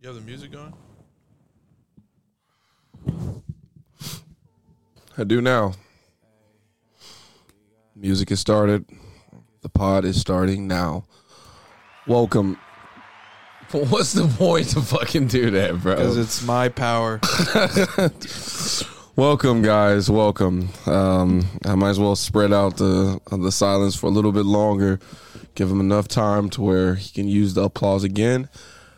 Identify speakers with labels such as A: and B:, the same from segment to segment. A: You have the music going?
B: I do now. Music has started. The pod is starting now. Welcome.
C: But what's the point to fucking do that,
A: Because
C: bro?
A: it's my power.
B: Welcome, guys. Welcome. Um, I might as well spread out the uh, the silence for a little bit longer. Give him enough time to where he can use the applause again.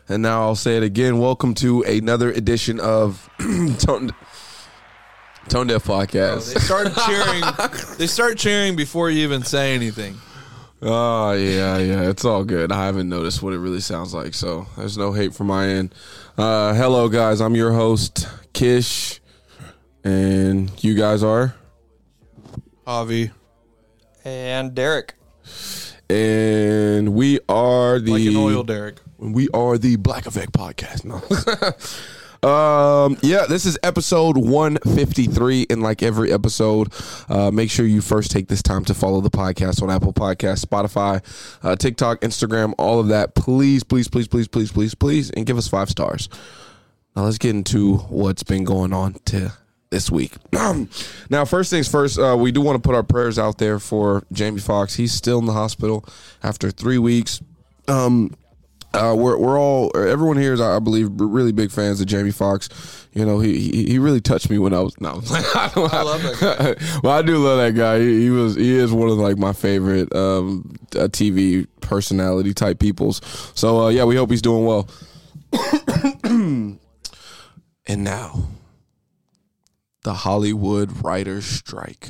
B: And now I'll say it again. Welcome to another edition of Tone, Tone Deaf
A: they
B: Podcast.
A: start cheering. They start cheering before you even say anything.
B: Oh yeah, yeah, it's all good. I haven't noticed what it really sounds like, so there's no hate from my end. Uh, hello, guys. I'm your host Kish, and you guys are.
A: Javi.
D: And Derek.
B: And we are the
A: Like an oil derrick.
B: we are the Black Effect Podcast. No. um, yeah, this is episode 153. And like every episode, uh, make sure you first take this time to follow the podcast on Apple Podcasts, Spotify, uh, TikTok, Instagram, all of that. Please, please, please, please, please, please, please, and give us five stars. Now let's get into what's been going on to this week. now, first things first, uh, we do want to put our prayers out there for Jamie Foxx. He's still in the hospital after three weeks. Um, uh, we're we're all everyone here is I believe really big fans of Jamie Foxx. You know he he, he really touched me when I was no. I, don't-
A: I love that
B: well, I do love that guy. He, he was he is one of like my favorite um, uh, TV personality type peoples. So uh, yeah, we hope he's doing well. and now, the Hollywood writers strike.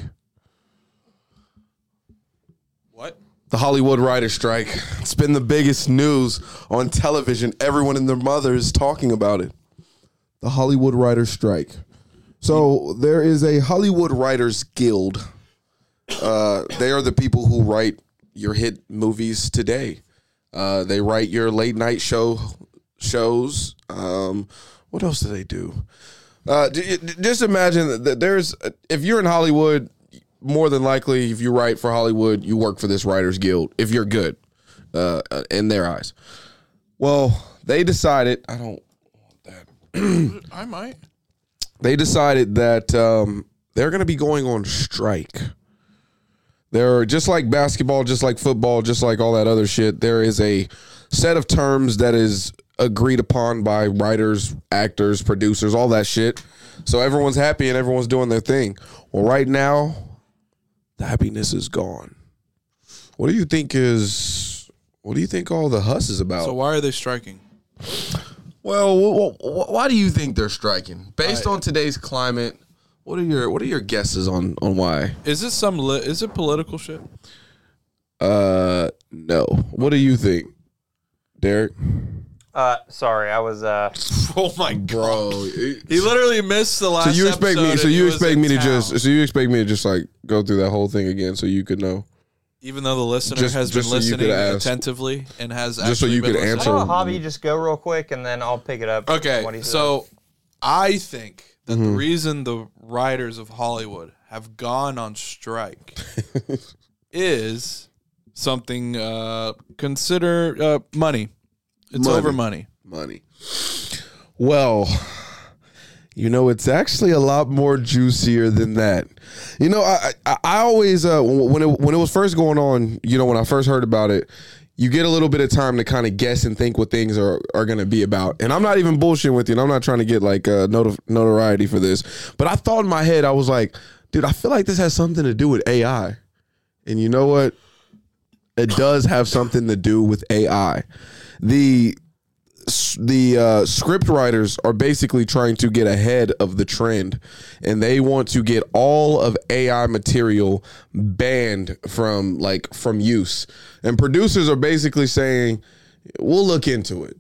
A: What?
B: The Hollywood writers strike. It's been the biggest news on television. Everyone and their mother is talking about it. The Hollywood writers strike. So there is a Hollywood writers guild. Uh, they are the people who write your hit movies today. Uh, they write your late night show shows. Um, what else do they do? Uh, d- d- just imagine that there's if you're in Hollywood, more than likely, if you write for Hollywood, you work for this writers guild. If you're good, uh, in their eyes. Well, they decided. I don't.
A: I might.
B: They decided that um, they're going to be going on strike. There, are just like basketball, just like football, just like all that other shit. There is a set of terms that is agreed upon by writers, actors, producers, all that shit. So everyone's happy and everyone's doing their thing. Well, right now, the happiness is gone. What do you think is? What do you think all the huss is about?
A: So why are they striking?
B: Well, wh- wh- wh- why do you think they're striking? Based on today's climate, what are your what are your guesses on on why?
A: Is this some? Li- is it political shit?
B: Uh, no. What do you think, Derek?
D: Uh, sorry, I was. Uh,
A: Oh my god!
B: Bro, it-
A: He literally missed the last.
B: so you expect
A: episode
B: me? So
A: and he
B: you
A: was
B: expect
A: in
B: me to
A: town.
B: just? So you expect me to just like go through that whole thing again, so you could know,
A: even though the listener
B: Just-
A: has
B: just
A: been
B: so you could
A: listening
B: ask-
A: attentively and has
B: just so
A: actually
B: you
A: been
B: could
A: listening.
D: I
B: answer.
D: know, Hobby, just go real quick and then I'll pick it up.
A: Okay,
D: what he said.
A: so I think that the
B: Mm-hmm.
A: reason the writers of Hollywood have gone on strike is something. Uh, consider uh, money. It's
B: Money.
A: over money.
B: money. Well, you know, it's actually a lot more juicier than that. You know, I I, I always uh, when it when it was first going on, you know, when I first heard about it, you get a little bit of time to kind of guess and think what things are are going to be about. And I'm not even bullshitting with you. And I'm not trying to get like uh, notif- notoriety for this, but I thought in my head, I was like, dude, I feel like this has something to do with AI. And you know what? It does have something to do with AI. The the uh, script writers are basically trying to get ahead of the trend and they want to get all of AI material banned from like from use. And producers are basically saying, we'll look into it,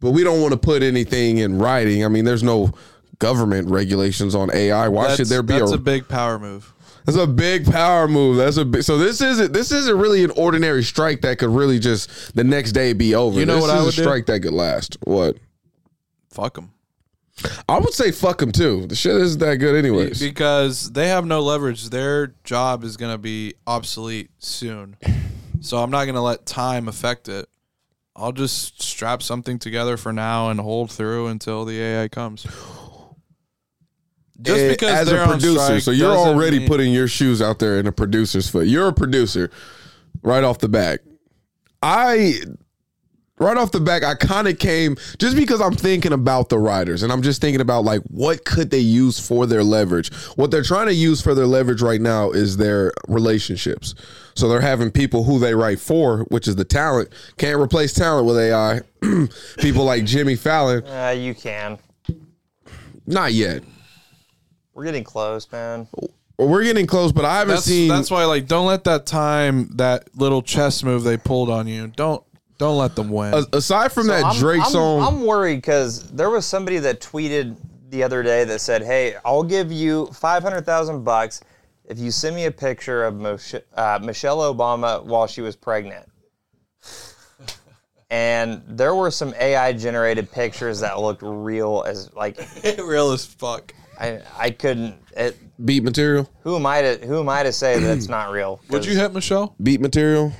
B: but we don't want to put anything in writing. I mean, there's no government regulations on AI. Why
A: That's,
B: should there be
A: that's
B: a,
A: a big power move.
B: that's a big power move. That's a big, so this isn't this isn't really an ordinary strike that could really just the next day be over.
A: You know
B: This
A: what I
B: is
A: would
B: a
A: do?
B: strike that could last. What?
A: Fuck them
B: I would say fuck them too. The shit isn't that good anyways.
A: because they have no leverage. Their job is going to be obsolete soon. So I'm not going to let time affect it. I'll just strap something together for now and hold through until the AI comes. Just
B: Eh,
A: because
B: as
A: they're
B: a
A: on
B: producer,
A: strike
B: so you're
A: doesn't
B: already
A: mean-
B: putting your shoes out there in a producer's foot. You're a producer right off the back. I right off the back, I kind of came just because I'm thinking about the riders and I'm just thinking about like what could they use for their leverage. What they're trying to use for their leverage right now is their relationships. So they're having people who they write for, which is the talent, can't replace talent with AI. people like Jimmy Fallon,
D: Uh, you can.
B: not yet.
D: We're getting close, man.
B: We're getting close, but I haven't
A: That's
B: seen.
A: that's why like don't let that time that little chess move they pulled on you. Don't don't let them win.
B: A- aside from that
D: I'm-
B: Drake
D: I'm,
B: song,
D: I'm worried because there was somebody that tweeted the other day that said, "Hey, I'll give you five hundred thousand bucks if you send me a picture of Moshe, uh, Michelle Obama while she was pregnant." And there were some AI generated pictures that looked real as like
A: Real as fuck.
D: I, I couldn't. It,
B: beat material,
D: who am I to who am I to say that's not real?
A: Would you hit Michelle?
B: beat material.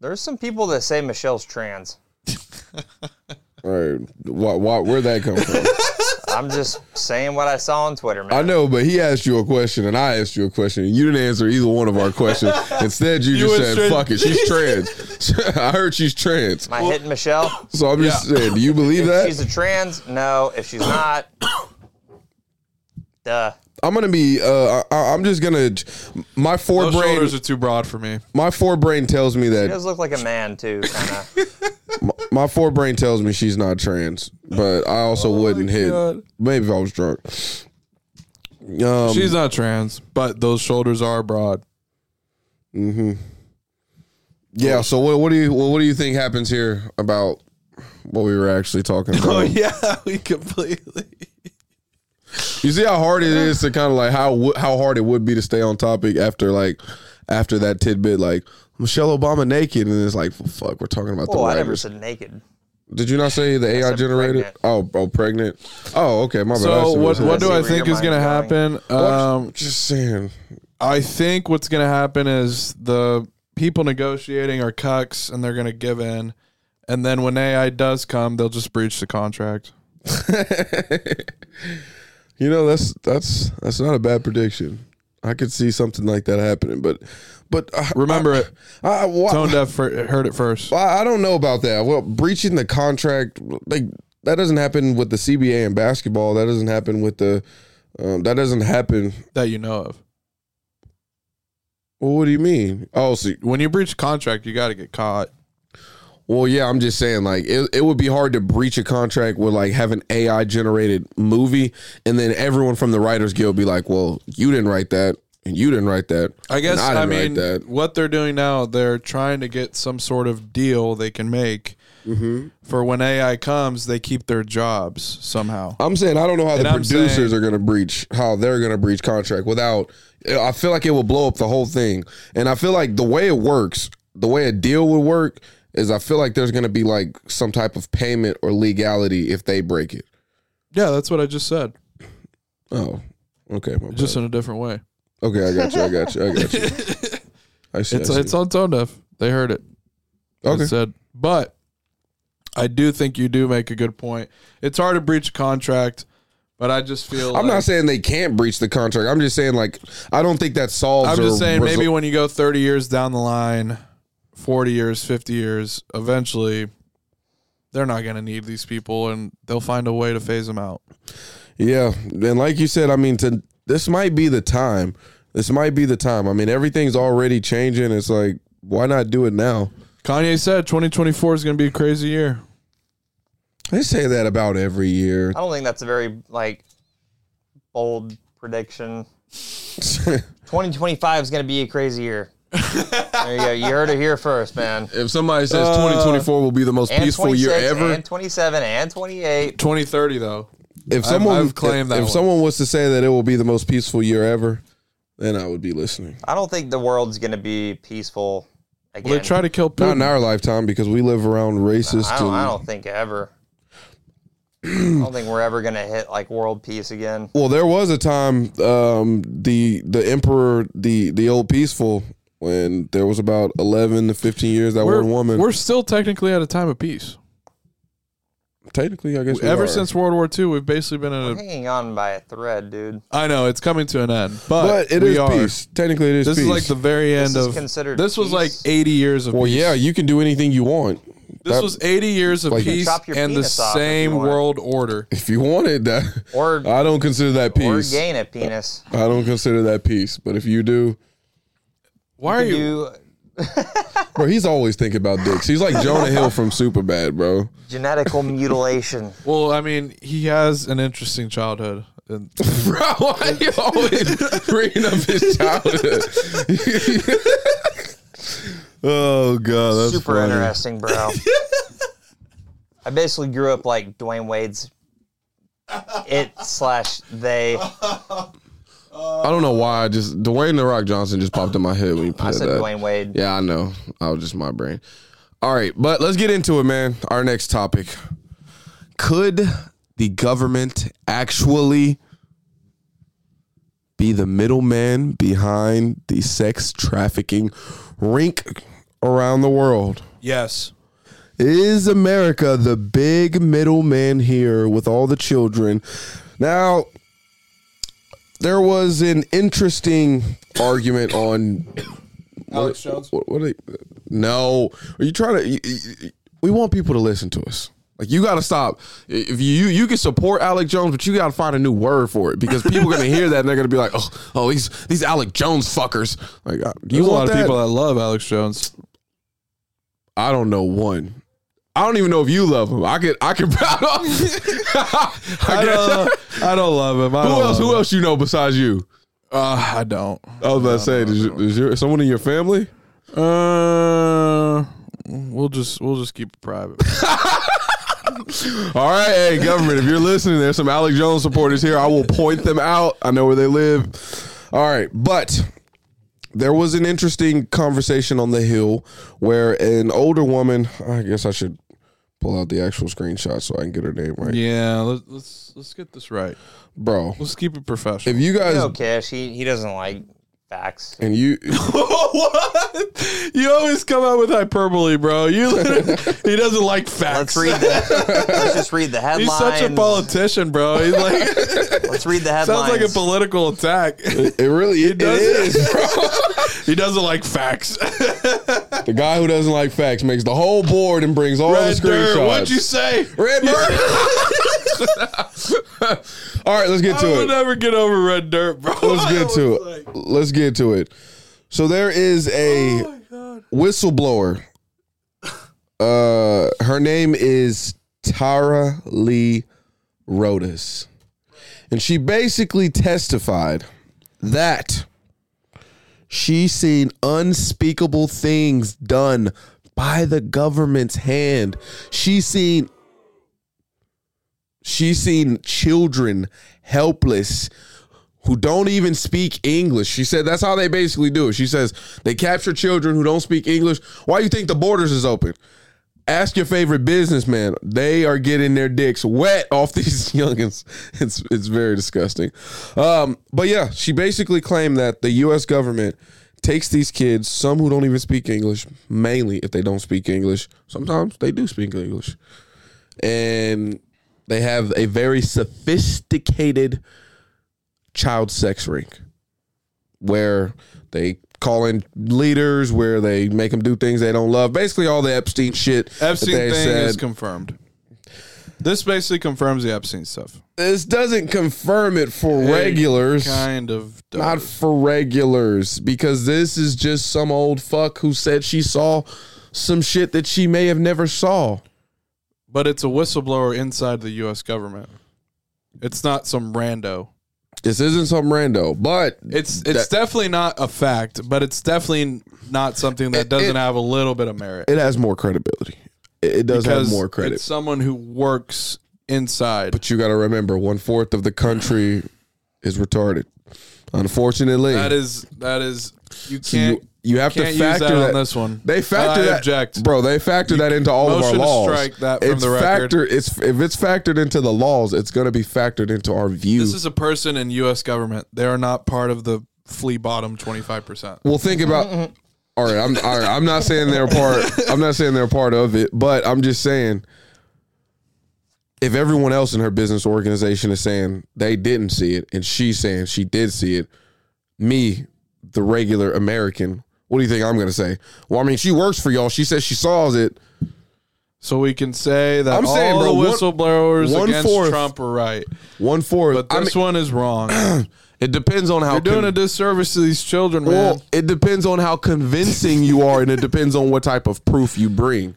D: There's some people that say Michelle's trans.
B: All right, why, why, where'd that come from?
D: I'm just saying what I saw on Twitter, man.
B: I know, but he asked you a question and I asked you a question, and you didn't answer either one of our questions. Instead, you, just
A: went
B: said,
A: straight-
B: "Fuck it, she's trans." I heard she's trans,
D: Am I hitting Michelle?
B: so I'm just saying, do you believe
D: She's
B: that?
D: a trans? No. If she's not, duh.
B: I'm gonna be. Uh, I, I'm just gonna. My
A: Those
B: forebrain,
A: shoulders are too broad for me.
B: my forebrain tells me
D: She
B: that
D: does look like a man too, kind of.
B: my forebrain tells me she's not trans, but I also wouldn't hit.
A: God.
B: Maybe if I was drunk. Um,
A: She's not trans, but those shoulders are broad.
B: Mm-hmm. Yeah. So what, what do you what, what do you think happens here about what we were actually talking about?
A: Oh, yeah, we completely.
B: You see how hard it is to kind of like how wo- how hard it would be to stay on topic after like after that tidbit like Michelle Obama naked and it's like fuck we're talking about the
D: Oh, I never
B: writers.
D: said naked.
B: Did you not say the AI
D: said
B: generated?
D: pregnant.
B: Oh, oh, pregnant. Oh, okay. My bad. I
A: So
B: see
A: what
B: you're
A: what
B: saying.
A: do I
D: Where your
A: think is
D: mind's
A: gonna happen? Um,
B: Just saying.
A: I think what's going to happen is the people negotiating are cucks and they're going to give in. And then when AI does come, they'll just breach the contract.
B: You know that's that's that's not a bad prediction. I could see something like that happening, but but uh,
A: Remember
B: I,
A: it.
B: I, I, why-
A: Tone Deaf fir- heard it first.
B: I, I don't know about that. Well, breaching the contract, like that doesn't happen with the CBA and basketball. That doesn't happen with the. Um, that doesn't happen.
A: That you know of.
B: Well, what do you mean? Oh, see,
A: When you breach contract, you got to get caught.
B: well, yeah. I'm just saying, like, it, it would be hard to breach a contract with like have an AI generated movie, and then everyone from the Writers Guild be like, "Well, you didn't write that, and you didn't write that."
A: I guess,
B: and
A: I,
B: didn't
A: mean, what they're doing now, they're trying to get some sort of deal they can make for when AI comes, they keep their jobs somehow.
B: I'm saying I don't know how the
A: I'm
B: producers
A: saying-
B: are going to breach how they're going to breach contract without. I feel like it will blow up the whole thing, and I feel like the way it works, the way a deal would work, is I feel like there's going to be like some type of payment or legality if they break it.
A: Yeah, that's what I just said,
B: Oh, okay, my
A: just
B: bad.
A: in a different way.
B: okay. I got you. I got you. I got you. I see.
A: It's,
B: I see.
A: it's on Tone Deaf. They heard it.
B: okay.
A: I said. But I do think you do make a good point. It's hard to breach a contract, but I just feel
B: I'm
A: like-
B: not saying they can't breach the contract. I'm just saying like I don't think that solves.
A: I'm
B: or
A: just saying
B: resol-
A: maybe when you go 30 years down the line, 40 years, 50 years, eventually they're not going to need these people and they'll find a way to phase them out.
B: Yeah, and like you said, I mean, to, this might be the time. This might be the time. I mean, everything's already changing. It's like, why not do it now?
A: Kanye said 2024 is going to be a crazy year.
B: They say that about every year.
D: I don't think that's a very like bold prediction. 2025 is gonna be a crazy year. There you go. You heard it here first, man.
B: if somebody says 2024 will be the most
D: And
B: peaceful year
D: 26,
B: ever,
D: And 27 and 28.
A: 2030 though.
B: if
A: I've-
B: someone
A: I've claimed
B: if,
A: that
B: if
A: one.
B: someone was to say that it will be the most peaceful year ever, then I would be listening.
D: I don't think the world's gonna be peaceful again.
A: They try to kill
B: Not
A: Putin.
B: in our lifetime because we live around racist.
D: I don't, I
B: and-
D: don't think ever. I don't think we're ever gonna hit like world peace again.
B: Well, there was a time um, the the emperor, the the old peaceful, when there was about 11 to 15 years that
A: We're,
B: one woman.
A: we're still technically at a time of peace.
B: technically, I guess we
A: Ever
B: are.
A: since World War II, we've basically been in a.
D: Hanging on by a thread, dude.
A: I know it's coming to an end, but,
B: But it
A: we
B: is
A: are.
B: peace. Technically, it is
A: This
B: peace.
A: is like the very end
D: This is
A: of.
D: considered
A: this was like
D: peace?
A: 80 years of.
B: well,
A: peace.
B: yeah, you can do anything you want
A: This
B: that-
A: was 80 years of
B: Like- You can
A: peace
D: chop your
A: and the
D: penis off if you
A: same
D: want.
A: world order.
B: if you wanted that.
D: Or
B: I don't consider that
D: or
B: Uh, peace. I
D: gain a penis.
B: don't consider that peace. But if you do,
A: Why are you?
D: You
B: bro, he's always thinking about dicks. He's like Jonah Hill from Superbad, bro.
D: genetical mutilation.
A: Well, I mean, he has an interesting childhood. And
B: Bro, why are you always bringing up his childhood? oh god, that's
D: Super
B: funny.
D: interesting, bro. I basically grew up like Dwayne Wade's it slash they.
B: I don't know why. I just Dwayne the Rock Johnson just popped in my head when you put
D: I
B: that.
D: said Dwayne Wade.
B: Yeah, I know. I was just my brain. All right, but let's get into it, man. Our next topic: Could the government actually be the middleman behind the sex trafficking rink around the world?
A: yes,
B: Is America the big middleman here with all the children? Now, there was an interesting argument on
A: Alex Jones.
B: what, what are they, no, are you trying to? you- you- we want people to listen to us. Like you got to stop. If you you can support Alec Jones, but you got to find a new word for it because people are gonna hear that and they're gonna be like, oh, oh, these these Alec Jones fuckers. Like uh, you
A: There's a
B: want
A: lot
B: that?
A: of people that love Alex Jones.
B: I don't know one. I don't even know if you love him. I could I could I,
A: I
B: guess.
A: don't, I don't love him. I
B: Who
A: don't
B: else?
A: love him.
B: Who else you know besides you?
A: Uh, I don't.
B: I was about to say, does, you, does your someone in your family?
A: Uh, we'll just we'll just keep it private.
B: All right, hey government, if you're listening, there's some Alex Jones supporters here. I will point them out. I know where they live. All right, but there was an interesting conversation on the hill where an older woman. I guess I should pull out the actual screenshot so I can get her name right,
A: yeah, let's let's let's get this right.
B: bro.
A: Let's keep it
B: If
A: professional.
B: you guys
D: No, Kish. He, he doesn't like facts.
B: and you
A: what? You always come out with hyperbole, bro. You literally- he doesn't like
D: Let's
A: facts.
D: read the. let's just read the headlines.
A: He's such a politician, bro. He's like
D: Let's read the headlines.
A: sounds like a political attack.
B: It really it, it
A: does.
B: is. bro.
A: he doesn't like facts.
B: the guy who doesn't like facts makes the whole board and brings all
A: Red
B: the screenshots.
A: dirt. What'd you say?
B: Red bird. all right, let's get
A: I
B: to
A: will
B: it.
A: never get over red dirt, bro.
B: Let's get to it. Let's get to it. So there is a
A: oh
B: whistleblower. Uh, her name is Tara Lee Rodas, and she basically testified that she's seen unspeakable things done by the government's hand. She's seen she's seen children helpless who don't even speak English. She said that's how they basically do it. She says they capture children who don't speak English. Why you think the borders is open? Ask your favorite businessman. They are getting their dicks wet off these youngins. It's it's very disgusting. Um, but yeah, she basically claimed that the U.S. government takes these kids, some who don't even speak English, mainly if they don't speak English. Sometimes they do speak English, and they have a very sophisticated child sex rink where they call in leaders, where they make them do things they don't love. Basically, all the Epstein shit. that
A: Epstein
B: they
A: thing
B: said.
A: is confirmed. This basically confirms the Epstein stuff.
B: this doesn't confirm it for regulars.
A: Kind of. does.
B: Not for regulars, because this is just some old fuck who said she saw some shit that she may have never saw.
A: but it's a whistleblower inside the U.S. government. It's not some rando.
B: This isn't some rando, but
A: It's it's definitely not a fact, but it's definitely not something that
B: It-
A: doesn't
B: it-
A: have a little bit of merit.
B: it has more credibility. It it does have more credit.
A: it's someone who works inside.
B: But you got to remember, one fourth of the country is retarded. Unfortunately,
A: that is that is you
B: So you,
A: can't
B: you have to
A: can't use
B: factor
A: that
B: that,
A: on this one.
B: They factor
A: I
B: that,
A: object.
B: bro. They factor that into all of our
A: motion to
B: laws.
A: strike that from
B: it's
A: the record.
B: factor- It's if it's factored into the laws, it's going to be factored into our view.
A: This is a person in U.S. government. They are not part of the flea bottom twenty five percent.
B: well, think about all right, I'm all right, I'm not saying they're a part. I'm not saying they're a part of it, but I'm just saying if everyone else in her business organization is saying they didn't see it and she's saying she did see it, me, the regular American, what do you think I'm going to say? Well, I mean, she works for y'all. She says she saw it.
A: So we can say that
B: I'm
A: all
B: saying, bro,
A: the
B: one-
A: whistleblowers
B: one
A: against
B: fourth.
A: Trump are right,
B: One fourth.
A: but
B: I
A: this
B: mean,
A: one is wrong. You're
B: it depends on how
A: doing
B: con-
A: a disservice to these children, man.
B: Well, it depends on how convincing you are, and it depends on what type of proof you bring.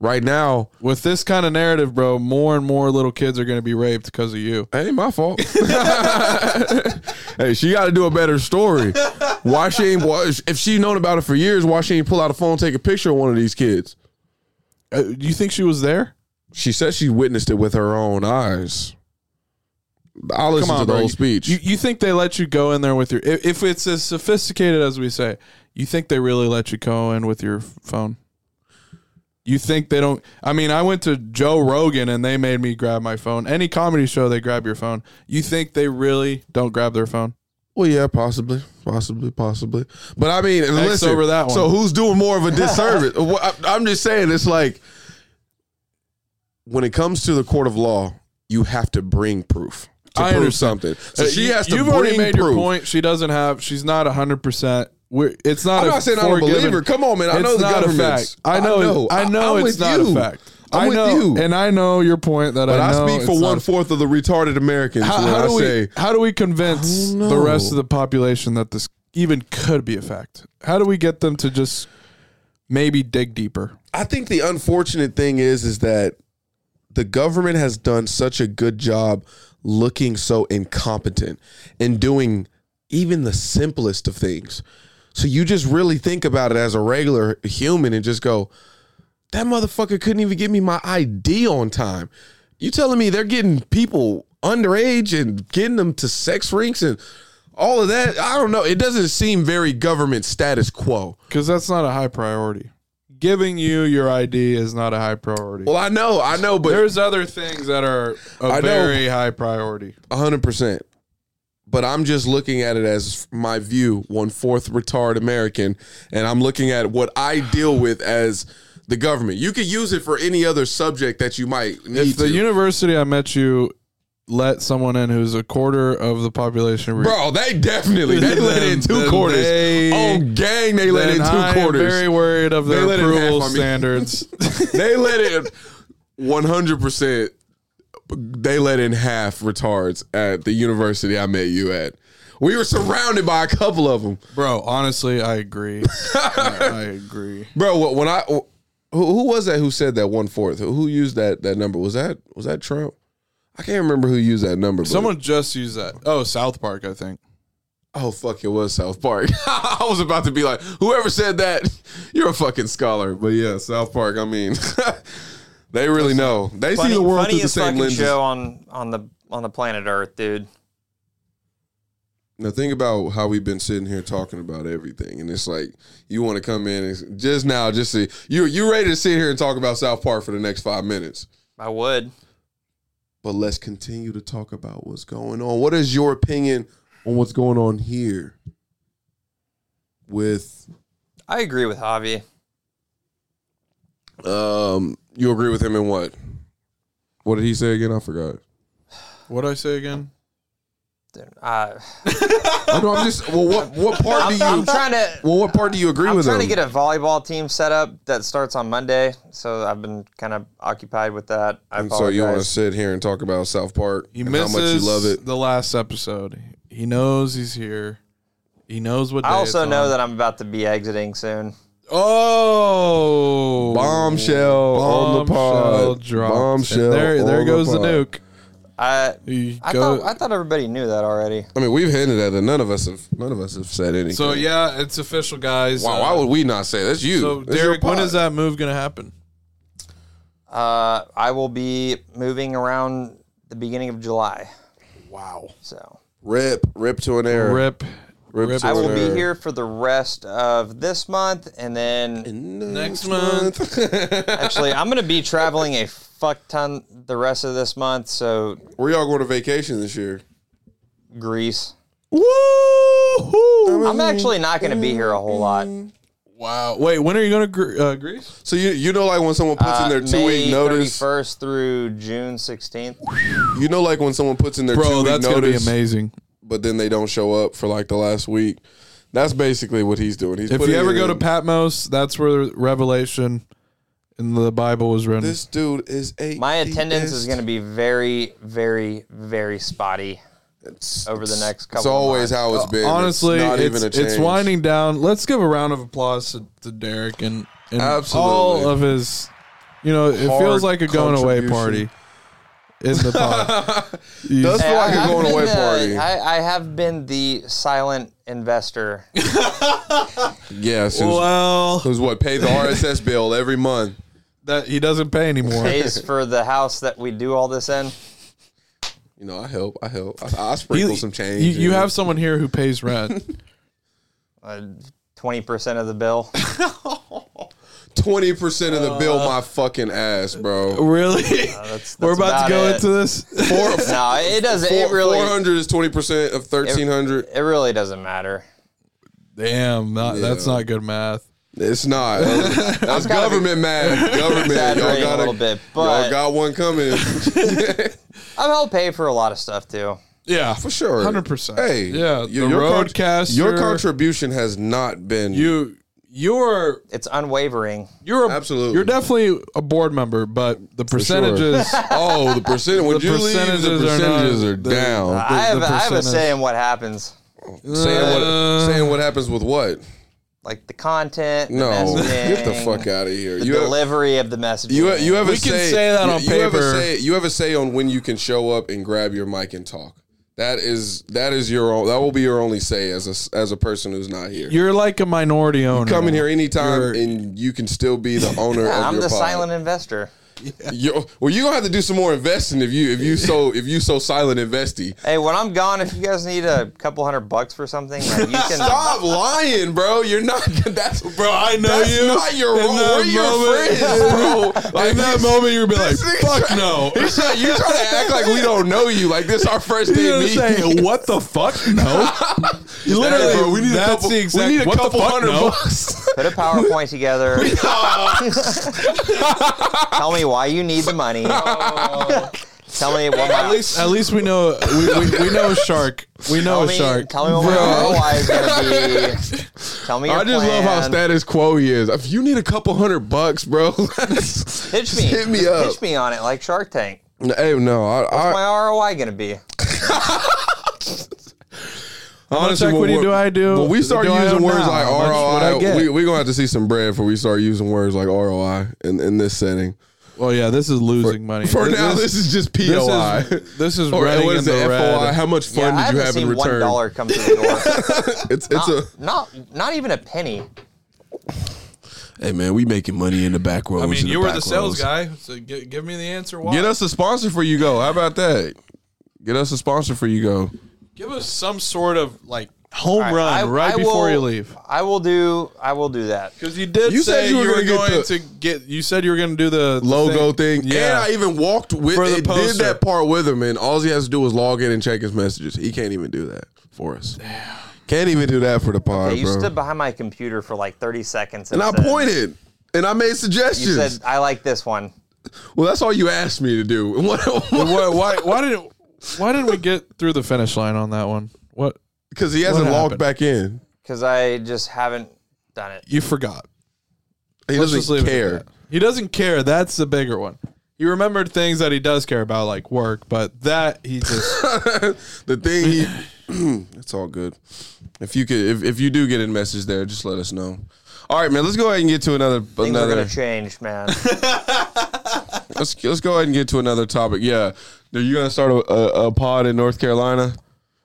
B: Right now,
A: With this kind of narrative, bro, more and more little kids are going to be raped because of you.
B: ain't my fault. hey, she got to do a better story. Why she ain't? Why, if she known about it for years, why she ain't pull out a phone, and take a picture of one of these kids?
A: Uh, do you think she was there?
B: She said she witnessed it with her own eyes. I listened to the
A: bro.
B: whole speech.
A: You, you think they let you go in there with your? If, if it's as sophisticated as we say, you think they really let you go in with your phone? You think they don't? I mean, I went to Joe Rogan and they made me grab my phone. Any comedy show, they grab your phone. You think they really don't grab their phone?
B: Well, yeah, possibly, possibly, possibly. But I mean, and
A: X
B: listen,
A: over that one.
B: So who's doing more of a disservice? Well, I- I'm just saying, it's like when it comes to the court of law, you have to bring proof to
A: I
B: prove
A: understand.
B: something. So
A: Uh,
B: she
A: you-
B: has to
A: You've
B: bring
A: already made
B: proof.
A: your point. She doesn't have. She's not hundred percent. It's not.
B: I'm
A: a
B: not saying I don't
A: forgiven-
B: believe her. Come on, man. I
A: it's
B: know the
A: not a
B: governments.
A: fact. I know. I know,
B: I- I'm
A: it's
B: with
A: not
B: you.
A: a fact.
B: I'm
A: I
B: with
A: know,
B: you.
A: and I know your point that
B: But
A: I,
B: I,
A: know
B: speak for
A: it's not
B: one
A: a
B: fourth of the retarded Americans
A: How,
B: when
A: how
B: I
A: do
B: say
A: we how do we convince
B: I don't
A: the rest
B: know.
A: of the population that this even could be a fact? How do we get them to just maybe dig deeper?
B: I think the unfortunate thing is is that the government has done such a good job looking so incompetent and doing even the simplest of things. So you just really think about it as a regular human and just go, that motherfucker couldn't even give me my ID on time. You telling me they're getting people underage and getting them to sex rinks and all of that? I don't know. It doesn't seem very government status quo.
A: Because that's not a high priority. Giving you your ID is not a high priority.
B: Well, I know, I know, but
A: There's other things that are
B: I know.
A: a very high priority.
B: A hundred percent. But I'm just looking at it as my view, one fourth retard American, and I'm looking at what I deal with as the government. You could use it for any other subject that you might need
A: If the
B: to.
A: university I met you let someone in who's a quarter of the population, re-
B: Bro, they definitely they
A: Then-
B: let in two
A: then
B: quarters.
A: they-
B: oh, gang, they let
A: then
B: in
A: I
B: two
A: am
B: quarters.
A: Very worried of their
B: let in
A: approval
B: half, I mean.
A: standards.
B: they let in one hundred percent. They let in half retards at the university I met you at. We were surrounded by a couple of them.
A: Bro, honestly, I agree. I, I agree.
B: bro. wh- When I wh- who, who was that who said that one fourth? Who who used that that number? Was that was that Trump? I can't remember who used that number. But,
A: Someone just used that. Oh, South Park, I think.
B: Oh fuck! It was South Park. I was about to be like, whoever said that, you're a fucking scholar. But yeah, South Park. I mean, they really know. They
D: Funny,
B: see the world through the
D: funniest
B: same
D: fucking
B: lenses.
D: show on on the on the planet Earth, dude.
B: Now think about how we've been sitting here talking about everything, and it's like you want to come in and just now, just see you. You ready to sit here and talk about South Park for the next five minutes?
D: I would.
B: but let's continue to talk about what's going on. What is your opinion on what's going on here with
D: I agree with Javi.
B: um you agree with him in what? What did he say again? I forgot.
A: What did I say again?
D: Dude, I,
B: I know I'm just well what what part do you
D: I'm trying to.
B: well what part do you agree
D: I'm
B: with
D: trying
B: him?
D: to get a volleyball team set up that starts on Monday, so I've been kind of occupied with that. I
B: and so you want to
D: apologize.
B: sit here and talk about South Park
A: He
B: and how
A: misses
B: much you love it.
A: the last episode. He knows he's here. He knows what. Day
D: I also
A: it's
D: know
A: on.
D: that I'm about to be exiting soon.
A: Oh,
B: Bombshell on the
A: Bombshell
B: pod.
A: dropped.
B: Bombshell.
A: And There, there
B: on
A: goes the,
B: pod.
A: nuke.
D: I
A: You
D: I
A: go-
D: thought I thought everybody knew that already.
B: I mean, we've hinted at it. None of us have. None of us have said anything.
A: so yeah, it's official, guys.
B: Wow,
A: Uh,
B: why would we not say? That's you.
A: so
B: That's your
A: Derek, when
B: pod.
A: is that move gonna happen?
D: Uh, I will be moving around the beginning of July. Wow. So
B: Rip, rip to an error.
A: Rip,
B: Rip
A: rip.
B: to
D: I will
B: Sure.
D: be here for the rest of this month, and then
A: Next month.
D: actually I'm gonna be traveling a fuck ton the rest of this month. So
B: Where y'all going to vacation this year?
D: Greece.
A: Woo!
D: I'm actually not gonna be here a whole lot.
A: Wow. Wait, when are you going to gr- uh, Greece?
B: So you you know like when someone puts
D: Uh,
B: in their two week notice.
D: First through June 16th.
B: You know like when someone puts in their two
A: Bro,
B: week
A: that's going to be
B: notice,
A: amazing.
B: but then they don't show up for like the last week. That's basically what he's doing. He's
A: If
B: putting
A: you ever
B: in-
A: go to Patmos, that's where Revelation in the Bible was written.
B: this dude is a
D: My attendance is going to be very, very, very spotty over the next couple.
B: It's always
D: of
B: how
D: months.
B: it's been.
A: Honestly,
B: it's
A: it's,
B: not even a
A: it's,
B: change.
A: winding down. Let's give a round of applause to, to Derek and, and
B: Absolutely.
A: all of his. You know, it
B: Hard
A: feels like a going away
B: contribution.
A: party in the pod. You-
B: Does feel like
D: I-
B: a
D: I've
B: going
D: been
B: away
D: the-
B: party.
D: I, I have been the silent investor.
B: yes. It was, it
A: well,
B: was what pay the RSS bill every month.
A: that he doesn't pay anymore.
D: Pays for the house that we do all this in.
B: You know, I help. I help. I, I sprinkle
A: You-
B: some change.
A: You, you
B: in.
A: have someone here who pays rent.
D: Uh, Twenty percent of the bill.
B: twenty percent of the bill. My fucking ass, bro.
A: really?
D: that's
A: We're about,
D: about
A: to go
D: it.
A: into this.
B: Four,
D: no, it doesn't. it really,
B: four hundred is twenty percent of thirteen hundred.
D: it really doesn't matter.
A: Damn, not, that's
B: Yeah.
A: not good math.
B: It's not. That's government math. Government. Y'all
D: Exaggerating a
B: got
D: little bit,
B: y'all
D: but
B: got one coming
D: I've helped pay for a lot of stuff too.
A: Yeah,
B: for sure.
A: 100%.
B: Hey,
A: Yeah,
B: y-
A: the roadcaster-
B: Your contribution has not been.
A: you you're
D: It's unwavering.
A: you're a,
B: Absolutely.
A: you're definitely a board member, but the
B: sure.
A: percentages.
B: oh, the percent. When
A: The
B: you leave, the
A: percentages are not-
B: percentages are,
A: the-
B: down.
D: I have,
A: the
D: I have a
A: percentage.
D: say in what happens,
B: saying what? Saying what happens with what?
D: like the content.
B: No,
D: the messaging,
B: get the fuck out of here.
D: The
B: You have,
D: delivery of the message.
B: you have, you have a
A: We can
B: say.
A: say that
B: you-
A: on
B: you Have a
A: paper.
B: say, you have a say on when you can show up and grab your mic and talk. That is that is your own, that will be your only say as a s- as a person who's not here.
A: You're like a minority owner.
B: Come in here anytime,
A: You're-
B: and you can still be the owner of
D: I'm
B: your
D: the
B: pod.
D: silent investor.
B: You're- well, you're gonna have to do some more investing if you if you so if you so silent investy.
D: Hey, when I'm gone, if you guys need a couple hundred bucks for something, like, you can.
B: Stop lying, bro. You're not. That's
A: bro. Oh, I know
B: That's
A: you.
B: not your
A: In
B: role.
A: that
B: We're your
A: moment-
B: friends, bro. Like,
A: in that
B: this-
A: moment, you'd be like,
B: this nigga
A: "Fuck no."
B: He's try- You're trying to act like we don't know you. Like this our first
A: You
B: day
A: know what I'm
B: meeting.
A: saying? What the fuck? No. You literally,
B: Hey, bro, we need
A: that's
B: a couple.
A: the exact.
B: we need a
A: what
B: couple
A: the fuck?
B: hundred
A: No.
B: bucks.
D: Put a PowerPoint together. Tell me why you need the money. Tell me what my
A: At least, at least we know we, we, we know a shark. We know
D: tell
A: a
D: me,
A: shark.
D: Tell me what my ROI is gonna be. Tell me your
B: I just love
D: plan.
B: how status quo he is. If you need a couple hundred bucks, bro, just
D: Pitch me.
B: hit me
D: Just
B: up.
D: Pitch me on it like Shark Tank.
B: Hey, no, I, I
D: My ROI gonna be.
A: Honestly, equity
B: when
A: do I do?
B: When we start
A: Do I
B: using
A: own
B: words
A: now?
B: like
A: How much would I
B: ROI,
A: get?
B: we're we gonna have to see some bread before we start using words like ROI in, in this setting.
A: Well, Oh, yeah, this is losing money.
B: For now, this is just POI.
A: this is this is
B: Or
A: running
B: what is
A: in
B: it?
A: the
B: FOI?
A: red.
B: How much
D: Yeah,
B: fun
D: I
B: did you have
D: haven't
B: in
D: seen one
B: return?
D: dollar come to the door.
B: It's it's a
D: not not even a penny.
B: hey man, we making money in the back rows.
A: I mean,
B: and
A: you were
B: back
A: the sales
B: rows.
A: guy, so gi- give me the answer. Why?
B: Get us a sponsor for you go. How about that? Get us a sponsor for you go.
A: give us some sort of like home
D: All
A: run
D: I-
A: right
D: I
A: before
D: will-
A: you leave.
D: I will do. I will do that.
A: Because you did
B: You
A: say
B: said you were
A: you were
B: gonna get
A: going
B: the-
A: to get. You said you were going to do the, the
B: Logo thing.
A: Yeah,
B: And I even walked with
A: For the
B: it, did
A: poster.
B: that part with him, and all he has to do is log in and check his messages. He can't even do that for us. Can't even do that for the pod,
D: Yeah, you
B: bro.
D: stood behind my computer for like 30 seconds,
B: And I
D: said-
B: pointed. And I made
D: You
B: suggestions.
D: said I like this one.
B: well, that's all you asked me to do. What?
A: why, why? Why didn't? Why didn't we get through the finish line on that one? What
B: Because he hasn't
A: What
B: logged
A: happened?
B: back in.
D: because I just haven't done it.
A: you forgot?
B: He
A: Let's just
B: doesn't
A: leave it at
B: care.
A: that. He doesn't care. That's the bigger one. He remembered things that he does care about, like work, but that he just
B: The thing, he, it's all good. If you could, if, if you do get a message there, just let us know. All right, man. Let's go ahead and get to another
D: Things are
B: another.
D: gonna change, man.
B: Let's let's go ahead and get to another topic. Yeah, are you gonna start a, a, a pod in North Carolina?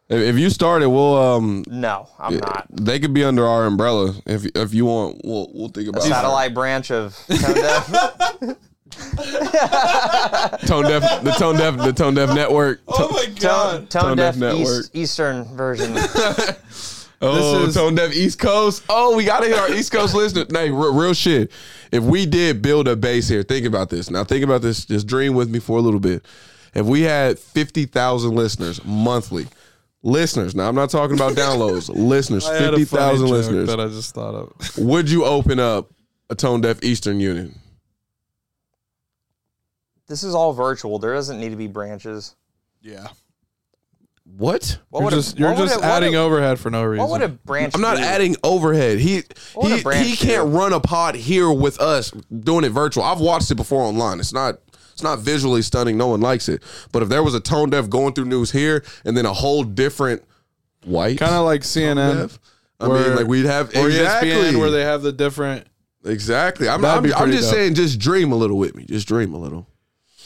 B: If, if you start it, we'll um,
D: No, I'm not.
B: they could be under our umbrella. If if you want, we'll we'll think about
D: Satellite branch of Tone Deaf.
B: tone deaf the tone deaf the tone deaf network.
A: Oh my
B: Tone
D: Tone, tone
B: Deaf
D: Deaf East,
B: Network.
D: Eastern version.
B: Oh,
A: This is-
B: Tone Deaf East Coast. Oh, we got to hit our East Coast listeners. Hey, re- real shit. If we did build a base here, think about this. Now, think about this. Just dream with me for a little bit. If we had 50,000 listeners monthly, Listeners, now I'm not talking about downloads. listeners,
A: I had a
B: fifty
A: funny
B: thousand
A: joke
B: listeners.
A: that I just thought of.
B: Would you open up a tone deaf Eastern Union?
D: This is all virtual. There doesn't need to be branches.
A: Yeah,
B: What?
D: What
A: you're
D: would a-
A: just you're
D: what would
A: just
D: a- what
A: adding
D: would-
A: overhead for no reason.
D: What would a branch?
B: I'm not
D: do?
B: adding overhead. He
D: What
B: he,
D: a branch
B: he can't
D: do.
B: run a pod here with us doing it virtual. I've watched it before online. It's not it's not visually stunning. No one likes it. But if there was a tone deaf going through news here and then a whole different white
A: kind of like CNN
B: deaf, I mean,
A: where-
B: like we'd have
A: or
B: Oh,
A: E
B: exactly
A: ESPN where they have the different.
B: exactly. I'm,
A: That'd
B: I'm,
A: be
B: I'm
A: pretty
B: just
A: dope.
B: saying, just dream a little with me. Just dream a little.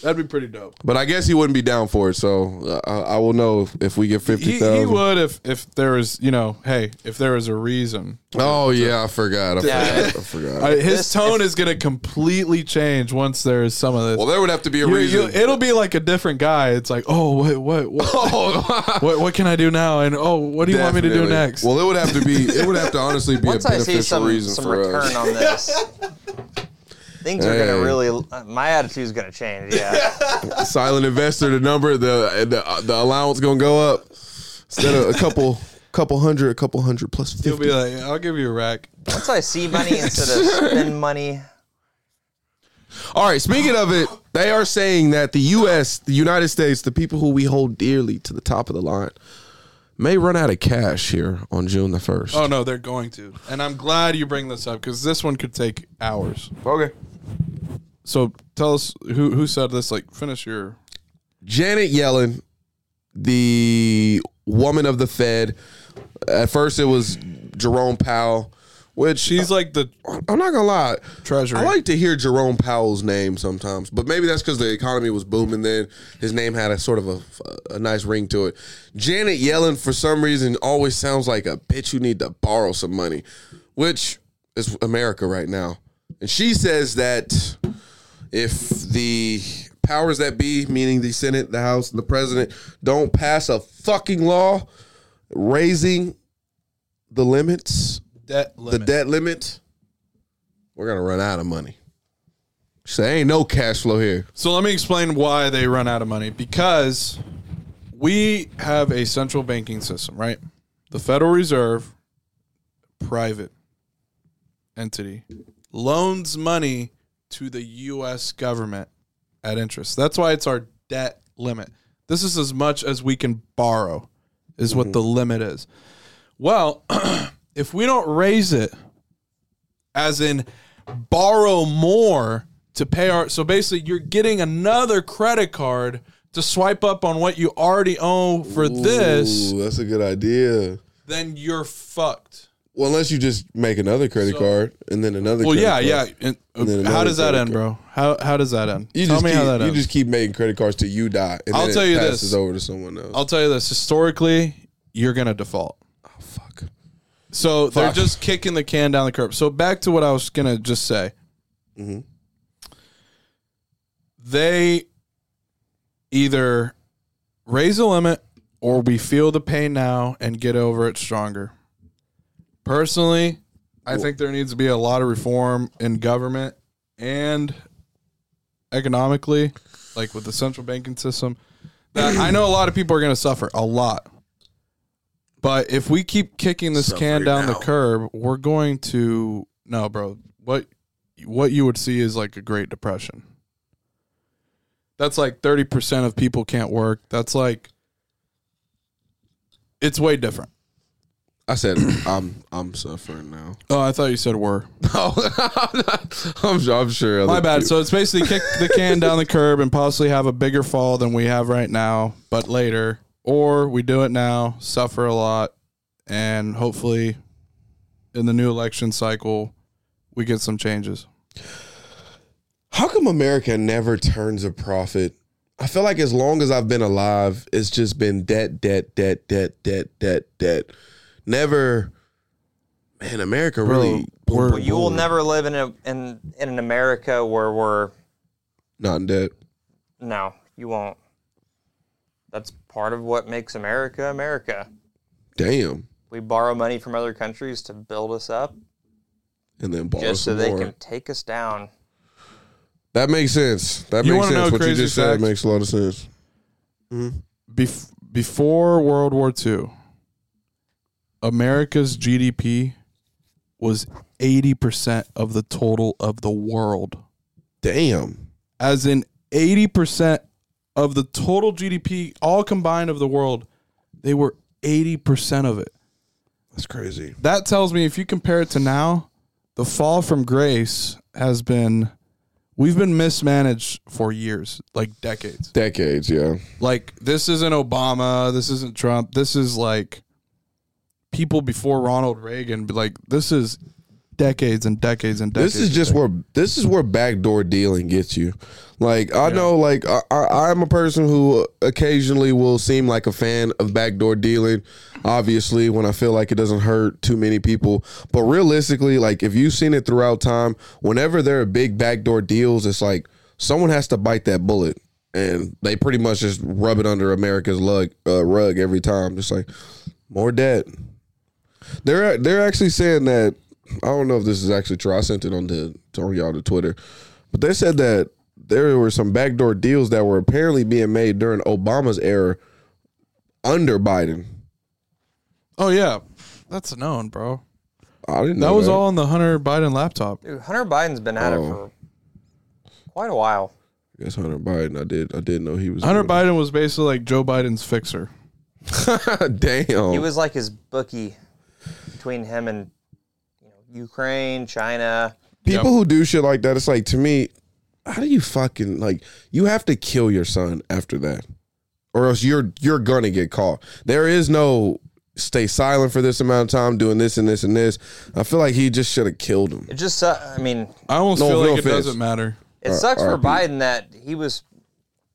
A: That'd be pretty dope.
B: But I guess he wouldn't be down for it. So uh, I, I will know if, if we get fifty
A: He, he
B: thousand.
A: would if if there was you know hey if there was a reason.
B: Oh yeah, I forgot. I
D: Yeah.
B: forgot. I forgot.
A: I- his
D: This-
A: tone is going to completely change once there is some of this.
B: well, there would have to be a
A: You- you-
B: reason.
A: it'll be like a different guy. It's like, oh, what, what, what,
B: Oh,
A: what, what can I do now? And oh, what do you want me to do
B: Definitely.
A: next?
B: Well, it would have to be. It would have to honestly be
D: Once
B: a
D: I see
B: beneficial
D: some
B: reason
D: some
B: for
D: return
B: us.
D: on this, things are
B: Hey.
D: gonna really. uh, My attitude's gonna change. Yeah.
B: Silent investor, the number, the the, the allowance gonna go up instead of a couple, couple hundred, a couple hundred plus
A: He'll be
B: fifty.
A: like, I'll give you a rack.
D: Once I see money instead of spend money.
B: All right. Speaking of it, they are saying that the U.S., the United States, the people who we hold dearly to the top of the line, may run out of cash here on June the first.
A: Oh no, they're going to. And I'm glad you bring this up because this one could take hours.
B: okay.
A: So tell us who who said this. Like, finish your.
B: Janet Yellen, the woman of the Fed. At first, it was Jerome Powell, which
A: She's like the
B: I'm not gonna lie.
A: treasury.
B: I like to hear Jerome Powell's name sometimes, but maybe that's because the economy was booming then. His name had a sort of a, a nice ring to it. Janet Yellen, for some reason, always sounds like a bitch who need to borrow some money, which is America right now. And she says that if the powers that be, meaning the Senate, the House, and the President, don't pass a fucking law raising the limits
A: debt
B: the
A: limit.
B: debt limit, we're gonna run out of money. So there ain't no cash flow here.
A: So let me explain why they run out of money. Because we have a central banking system, right? The Federal Reserve, private entity, loans money to the U.S. government at interest. That's why it's our debt limit. This is as much as we can borrow, is what the limit is. Well, if we don't raise it, as in borrow more to pay our so basically you're getting another credit card to swipe up on what you already owe for this
B: Ooh, that's a good idea.
A: then you're fucked
B: Well, unless you just make another credit
A: So-
B: card and then another.
A: well
B: credit
A: yeah
B: card.
A: yeah and,
B: And then
A: how
B: another
A: does that
B: credit
A: end bro how how does that end
B: You
A: tell
B: just
A: me
B: keep,
A: how that
B: you
A: ends
B: just keep making credit cards till you die, and
A: I'll
B: then
A: tell
B: it
A: you
B: passes
A: this.
B: over to someone else.
A: i'll tell you this historically you're gonna default
B: oh, fuck.
A: So they're
B: Fuck.
A: just kicking the can down the curb. So back to what I was gonna just say.
B: Mhm.
A: They either raise the limit or we feel the pain now and get over it stronger. Personally, I think there needs to be a lot of reform in government and economically, like with the central banking system. That I know a lot of people are gonna suffer a lot. But if we keep kicking this can
B: Suffering
A: down
B: now.
A: the curb, we're going to no, bro. What what you would see is like a Great Depression. That's like thirty percent of people can't work. That's like it's way different.
B: I said I'm I'm suffering now.
A: Oh, I thought you said were.
B: No, I'm, not, I'm, I'm sure. other
A: My bad.
B: people-
A: So it's basically kick the can down the curb and possibly have a bigger fall than we have right now, but later. Or we do it now, suffer a lot, and hopefully in the new election cycle, we get some changes.
B: How come America never turns a profit? I feel like as long as I've been alive, it's just been debt, debt, debt, debt, debt, debt, debt. Never, man. America really.
A: we're-
D: Well, you will never live in a in in an America where we're
B: not in debt.
D: no, you won't. That's part of what makes America America.
B: Damn,
D: We borrow money from other countries to build us up,
B: and then borrow
D: just so
B: some
D: they
B: more.
D: can take us down.
B: That makes sense. That
A: You
B: makes
A: wanna know
B: sense.
A: a
B: What you
A: crazy
B: just said
A: fact?
B: makes a lot of sense.
A: Bef- before World War II, America's GDP was 80% of the total of the world.
B: Damn.
A: As in 80% of the total GDP, all combined of the world, they were 80% of it.
B: That's crazy.
A: That tells me if you compare it to now, the fall from grace has been, we've been mismanaged for years, like decades
B: Decades, yeah.
A: like this isn't Obama, this isn't Trump, this is like people before Ronald Reagan. but, Like this is decades and decades and decades.
B: This is just where this is where backdoor dealing gets you. Like I know, like I, I, I'm a person who occasionally will seem like a fan of backdoor dealing. Obviously, when I feel like it doesn't hurt too many people, but realistically, like if you've seen it throughout time, whenever there are big backdoor deals, it's like someone has to bite that bullet, and they pretty much just rub it under America's lug, uh, rug every time. Just like more debt, they're they're actually saying that I don't know if this is actually true. I sent it on the to- on y'all to Twitter, but they said that there were some backdoor deals that were apparently being made during Obama's era under Biden.
A: oh yeah, that's known, bro.
B: I didn't.
A: That
B: know
A: was all on the Hunter Biden laptop.
D: Dude, Hunter Biden's been at it for quite a while.
B: Yes, Hunter Biden. I did. I did know he was
A: Hunter Biden was basically like Joe Biden's fixer.
B: Biden. Damn.
D: He was like his bookie between him and you know, Ukraine, China.
B: People who do shit like that, it's like to me, how do you fucking like? You have to kill your son after that, or else you're you're gonna get caught. There is no stay silent for this amount of time doing this and this and this. I feel like he just should have killed him.
D: It just, su- I mean,
A: I almost
B: No,
A: feel
B: no
A: like it
B: offense.
A: doesn't matter.
D: it sucks for Biden that he was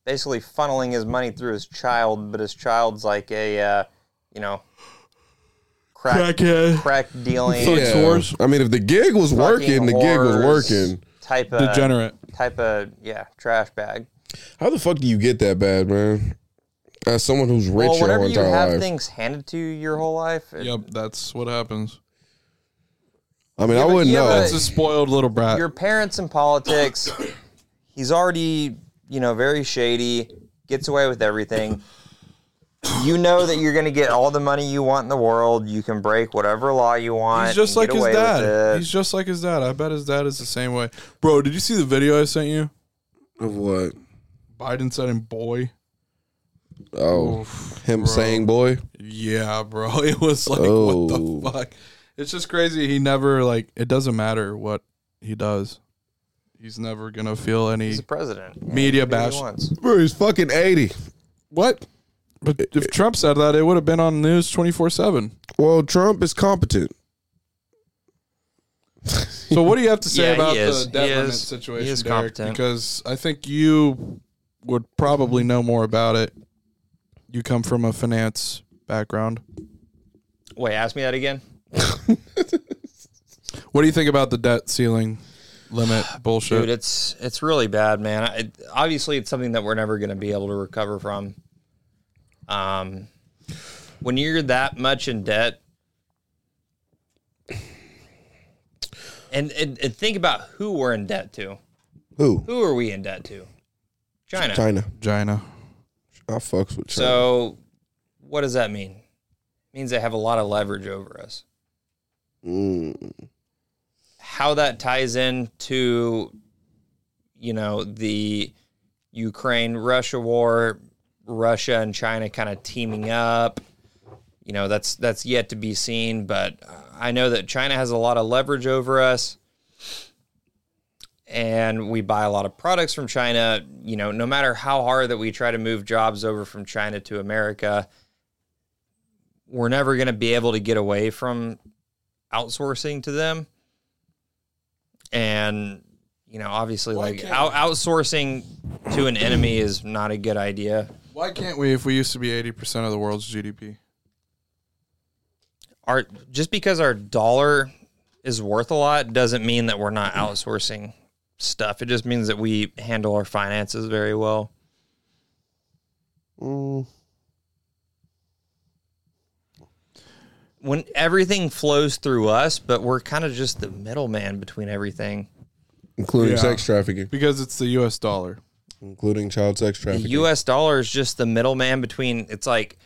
D: basically funneling his money through his child, but his child's like a, uh, you know, crack,
A: Crackhead.
D: crack dealing,
A: Yeah. Source.
B: I mean, if the gig was working,
D: fucking
B: the gig was
D: whores
B: working.
D: Type of
A: Degenerate.
D: type of yeah, trash bag.
B: How the fuck do you get that bad, man? As someone who's rich
D: Well,
B: your
D: whenever
B: whole
D: you
B: entire
D: have
B: life.
D: things handed to you your whole life, it-
A: Yep, that's what happens.
B: I mean, I
D: but-
B: wouldn't
D: yeah,
B: know.
D: but-
A: It's a spoiled little brat.
D: your parents in politics, he's already, you know, very shady, gets away with everything. You know that you're going to get all the money you want in the world. You can break whatever law you want.
A: He's just
D: and
A: like
D: get
A: his
D: away with
A: dad.
D: it.
A: He's just like his dad. I bet his dad is the same way. Bro, did you see the video I sent you?
B: Of what?
A: Biden said him boy.
B: Oh, him saying, boy.
A: Yeah, bro. It was like,
B: Oh.
A: what the fuck? It's just crazy. He never, like, it doesn't matter what he does. He's never going to feel any
D: He's the president.
A: media
D: Do what he
A: bash.
D: wants.
B: Bro, he's fucking 80.
A: What? But if Trump said that, it would have been on news 24 7.
B: Well, Trump is competent.
A: So, what do you have to say
D: Yeah, he
A: about
D: is.
A: the
D: He
A: Devilment
D: is.
A: situation,
D: He is
A: Derek?
D: competent.
A: Because I think you would probably know more about it. You come from a finance background.
D: Wait, ask me that again.
A: What do you think about the debt ceiling limit bullshit?
D: Dude, it's it's really bad, man. I, obviously, it's something that we're never going to be able to recover from. Um, when you're that much in debt, and, and and think about who we're in debt to.
B: Who?
D: Who are we in debt to? China.
B: China.
A: Vagina.
B: I fucks with China.
D: So, what does that mean? It means they have a lot of leverage over us.
B: Mm.
D: how that ties into you know the Ukraine Russia war, Russia and China kind of teaming up. You know, that's that's yet to be seen, but uh, I know that China has a lot of leverage over us. And we buy a lot of products from China. You know, no matter how hard that we try to move jobs over from China to America, we're never going to be able to get away from outsourcing to them and you know obviously like out- outsourcing to an enemy is not a good idea
A: Why can't we if we used to be 80% of the world's GDP?
D: our just because our dollar is worth a lot doesn't mean that we're not outsourcing stuff it just means that we handle our finances very well
B: mm.
D: when everything flows through us but we're kind of just the middleman between everything
B: Including
A: Yeah.
B: sex trafficking.
A: Because it's the US dollar.
B: including child sex trafficking.
D: U.S. dollar is just the middleman between. It's like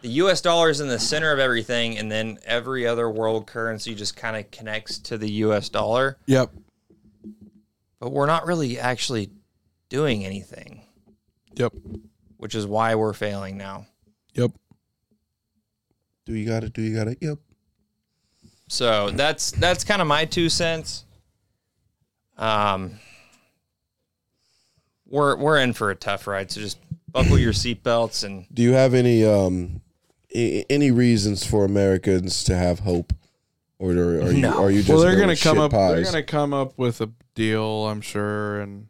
D: the U.S. dollar is in the center of everything, and then every other world currency just kind of connects to the U.S. dollar.
A: Yep.
D: But we're not really actually doing anything,
A: Yep.
D: which is why we're failing now.
A: Yep.
B: do you got it? Do you got it? Yep.
D: So that's that's kind of my two cents. Um, we're we're in for a tough ride. So just buckle your seatbelts and
B: Do you have any um a- any reasons for Americans to have hope, or are, are you
D: No.
B: are you just
A: well, they're
B: going
A: gonna
B: to
A: come up.
B: Pies?
A: They're gonna come up with a deal, I'm sure, and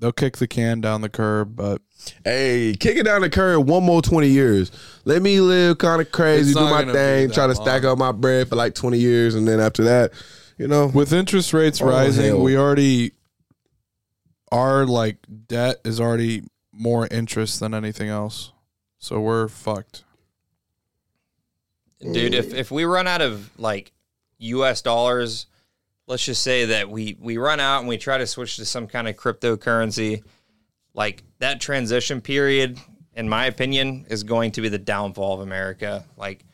A: they'll kick the can down the curb. But
B: Hey, kick it down the curb one more 20 years. Let me live kind of crazy,
A: It's
B: do
A: not
B: my
A: gonna be
B: thing,
A: that
B: try to stack up my bread for like 20 years. And then after that, you know,
A: with interest rates
B: Oh,
A: rising,
B: hell.
A: we already our like debt is already more interest than anything else. So we're fucked.
D: dude if, if we run out of like us dollars let's just say that we we run out and we try to switch to some kind of cryptocurrency like that transition period in my opinion is going to be the downfall of america like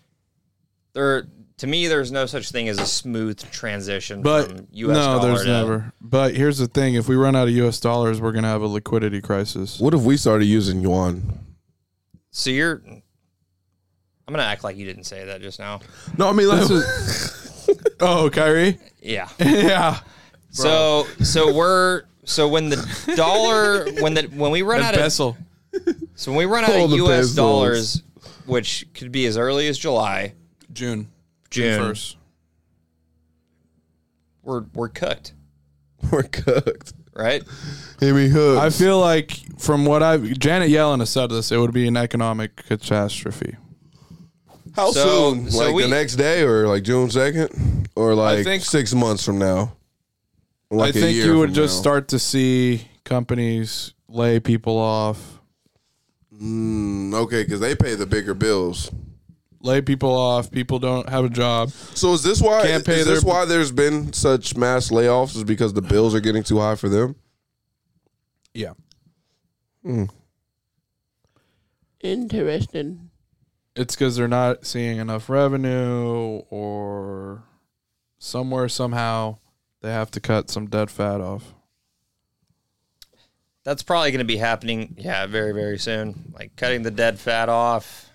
D: there to me there's no such thing as a smooth transition
A: But
D: from us
A: no,
D: dollar
A: there's
D: to-
A: never. But here's the thing: if we run out of U.S. dollars, we're gonna have a liquidity crisis.
B: what if we started using yuan?
D: so you're i'm gonna act like you didn't say that just now
B: No, I mean, let's just,
A: Oh, Kyrie.
D: yeah
A: yeah.
D: so so we're so when the dollar when the when we run out of
A: Vessel.
D: So when we run out of
B: the
D: U.S.
B: pesos.
D: dollars, which could be as early as July,
A: June.
D: June,
A: first.
D: we're we're cooked,
B: we're cooked.
D: right?
B: Hit me hooked.
A: I feel like from what I Janet Yellen has said this, it would be an economic catastrophe.
B: How
D: So-
B: soon?
D: so
B: like
D: we-
B: the next day or like June 2nd? Or like
A: think-
B: six months from now? Or,
A: I
B: Like a
A: think
B: year
A: you would
B: from
A: just
B: now?
A: start to see companies lay people off,
B: Mm, okay, because they pay the bigger bills.
A: lay people off. People don't have a job.
B: So is this why?
A: Can't pay
B: is this
A: their-
B: why there's been such mass layoffs? Is because the bills are getting too high for them?
A: Yeah.
E: Interesting.
A: It's because they're not seeing enough revenue, or somewhere somehow they have to cut some dead fat off.
D: That's probably going to be happening, yeah, very very soon. Like cutting the dead fat off.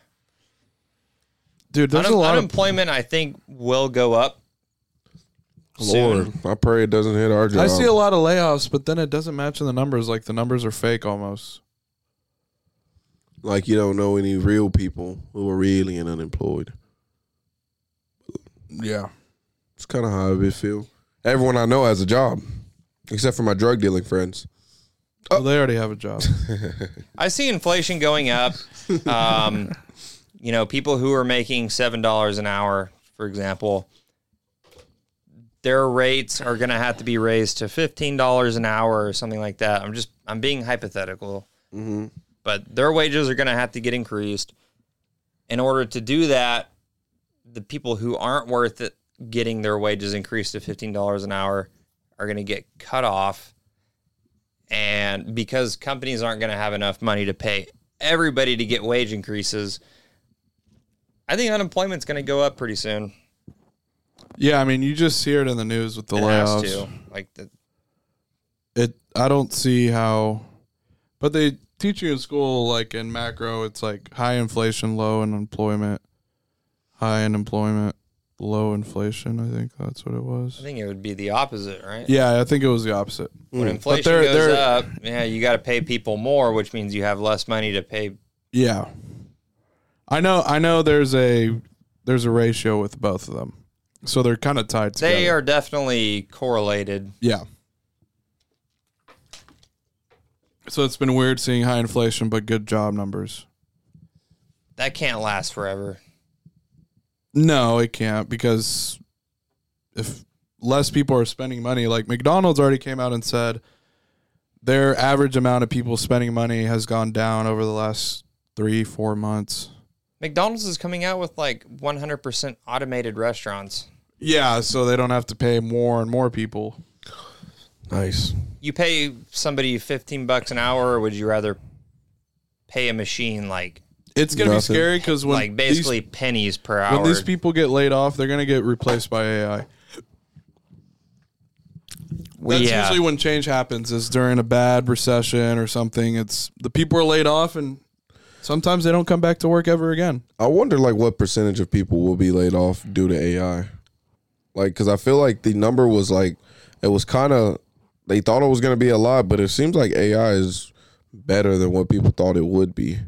A: Dude, there's
D: Unem-
A: a lot of
D: unemployment, I think, will go up.
B: Lord, I pray it doesn't hit our job.
A: I see a lot of layoffs, but then it doesn't match in the numbers. Like the numbers are fake almost.
B: like you don't know any real people who are really and unemployed.
A: Yeah.
B: It's kind of how it feel. Everyone I know has a job, except for my drug dealing friends.
A: Well, they already have a job.
D: I see inflation going up. Um, you know, people who are making seven dollars an hour, for example, their rates are going to have to be raised to fifteen dollars an hour or something like that. I'm just I'm being hypothetical, but their wages are going to have to get increased. In order to do that, the people who aren't worth it getting their wages increased to fifteen dollars an hour are going to get cut off and because companies aren't going to have enough money to pay everybody to get wage increases i think unemployment's going to go up pretty soon
A: yeah, I mean, you just hear it in the news with the
D: it has
A: layoffs.
D: to like the,
A: it I don't see how but they teach you in school like in macro it's like high inflation, low unemployment, high unemployment, low inflation, I think that's what it
D: i
A: was.
D: think it would be the opposite right
A: Yeah, I think it was the opposite.
D: when inflation
A: they're-
D: goes
A: they're-
D: up yeah you got to pay people more which means you have less money to pay
A: Yeah. I know I know there's a there's a ratio with both of them. So they're kind of tied together.
D: they are definitely correlated
A: Yeah. So it's been weird seeing high inflation but good job numbers.
D: that can't last forever
A: No, it can't because if less people are spending money, like McDonald's already came out and said their average amount of people spending money has gone down over the last three, four months.
D: mcdonald's is coming out with like 100% automated restaurants
A: Yeah, so they don't have to pay more and more people.
B: Nice.
D: you pay somebody 15 bucks an hour, or would you rather pay a machine like
A: It's gonna
B: Nothing.
A: be scary because when
D: like
A: these-
D: basically pennies per hour?
A: when these people get laid off, they're gonna get replaced by AI.
D: We-
A: That's
D: yeah.
A: usually when change happens is during a bad recession or something. It's the people are laid off and sometimes they don't come back to work ever again.
B: I wonder like what percentage of people will be laid off due to AI. Like cuz I feel like the number was like it was kind of they thought it was going to be a lot, but it seems like AI is better than what people thought it would be.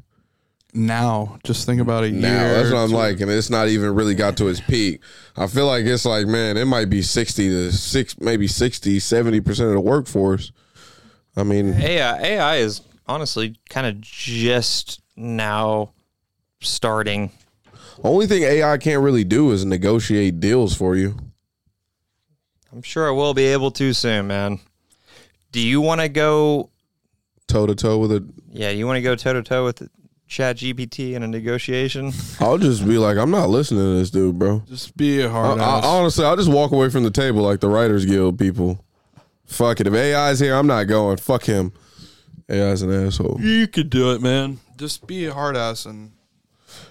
A: Now, just think about a year.
B: Now, that's what I'm
A: to-
B: like and it's not even really got to its peak. I feel like it's like man, it might be 60 to 6 maybe 60, 70% of the workforce. I mean,
D: AI, AI is honestly kind of just now starting.
B: only thing AI can't really do is negotiate deals for you.
D: I'm sure I will be able to soon, man. Do you want to go?
B: Toe to toe with a
D: Yeah, you want to go toe to toe with Chat GPT in a negotiation?
B: I'll just be like, I'm not listening to this dude, bro.
A: Just be a hard
B: I,
A: ass.
B: I, honestly, I'll just walk away from the table like the Writers Guild people. Fuck it. If AI's here, I'm not going. Fuck him. AI's an asshole.
A: you could do it, man. Just be a hard ass and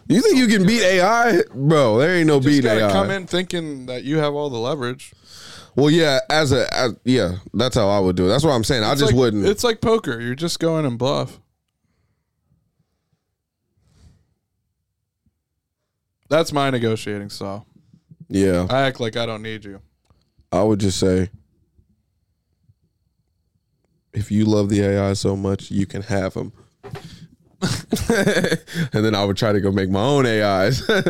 B: You think you can beat AI? Bro, there ain't no
A: just
B: beating
A: gotta
B: AI.
A: come in thinking that you have all the leverage.
B: Well, yeah, as a, as, yeah, that's how I would do it. That's what I'm saying. I
A: It's
B: just
A: like-
B: wouldn't.
A: It's like poker. You're just going and bluff. That's my negotiating style.
B: yeah,
A: I act like I don't need you.
B: I would just say, if you love the AI so much, you can have him. and then I would try to go make my own AIs.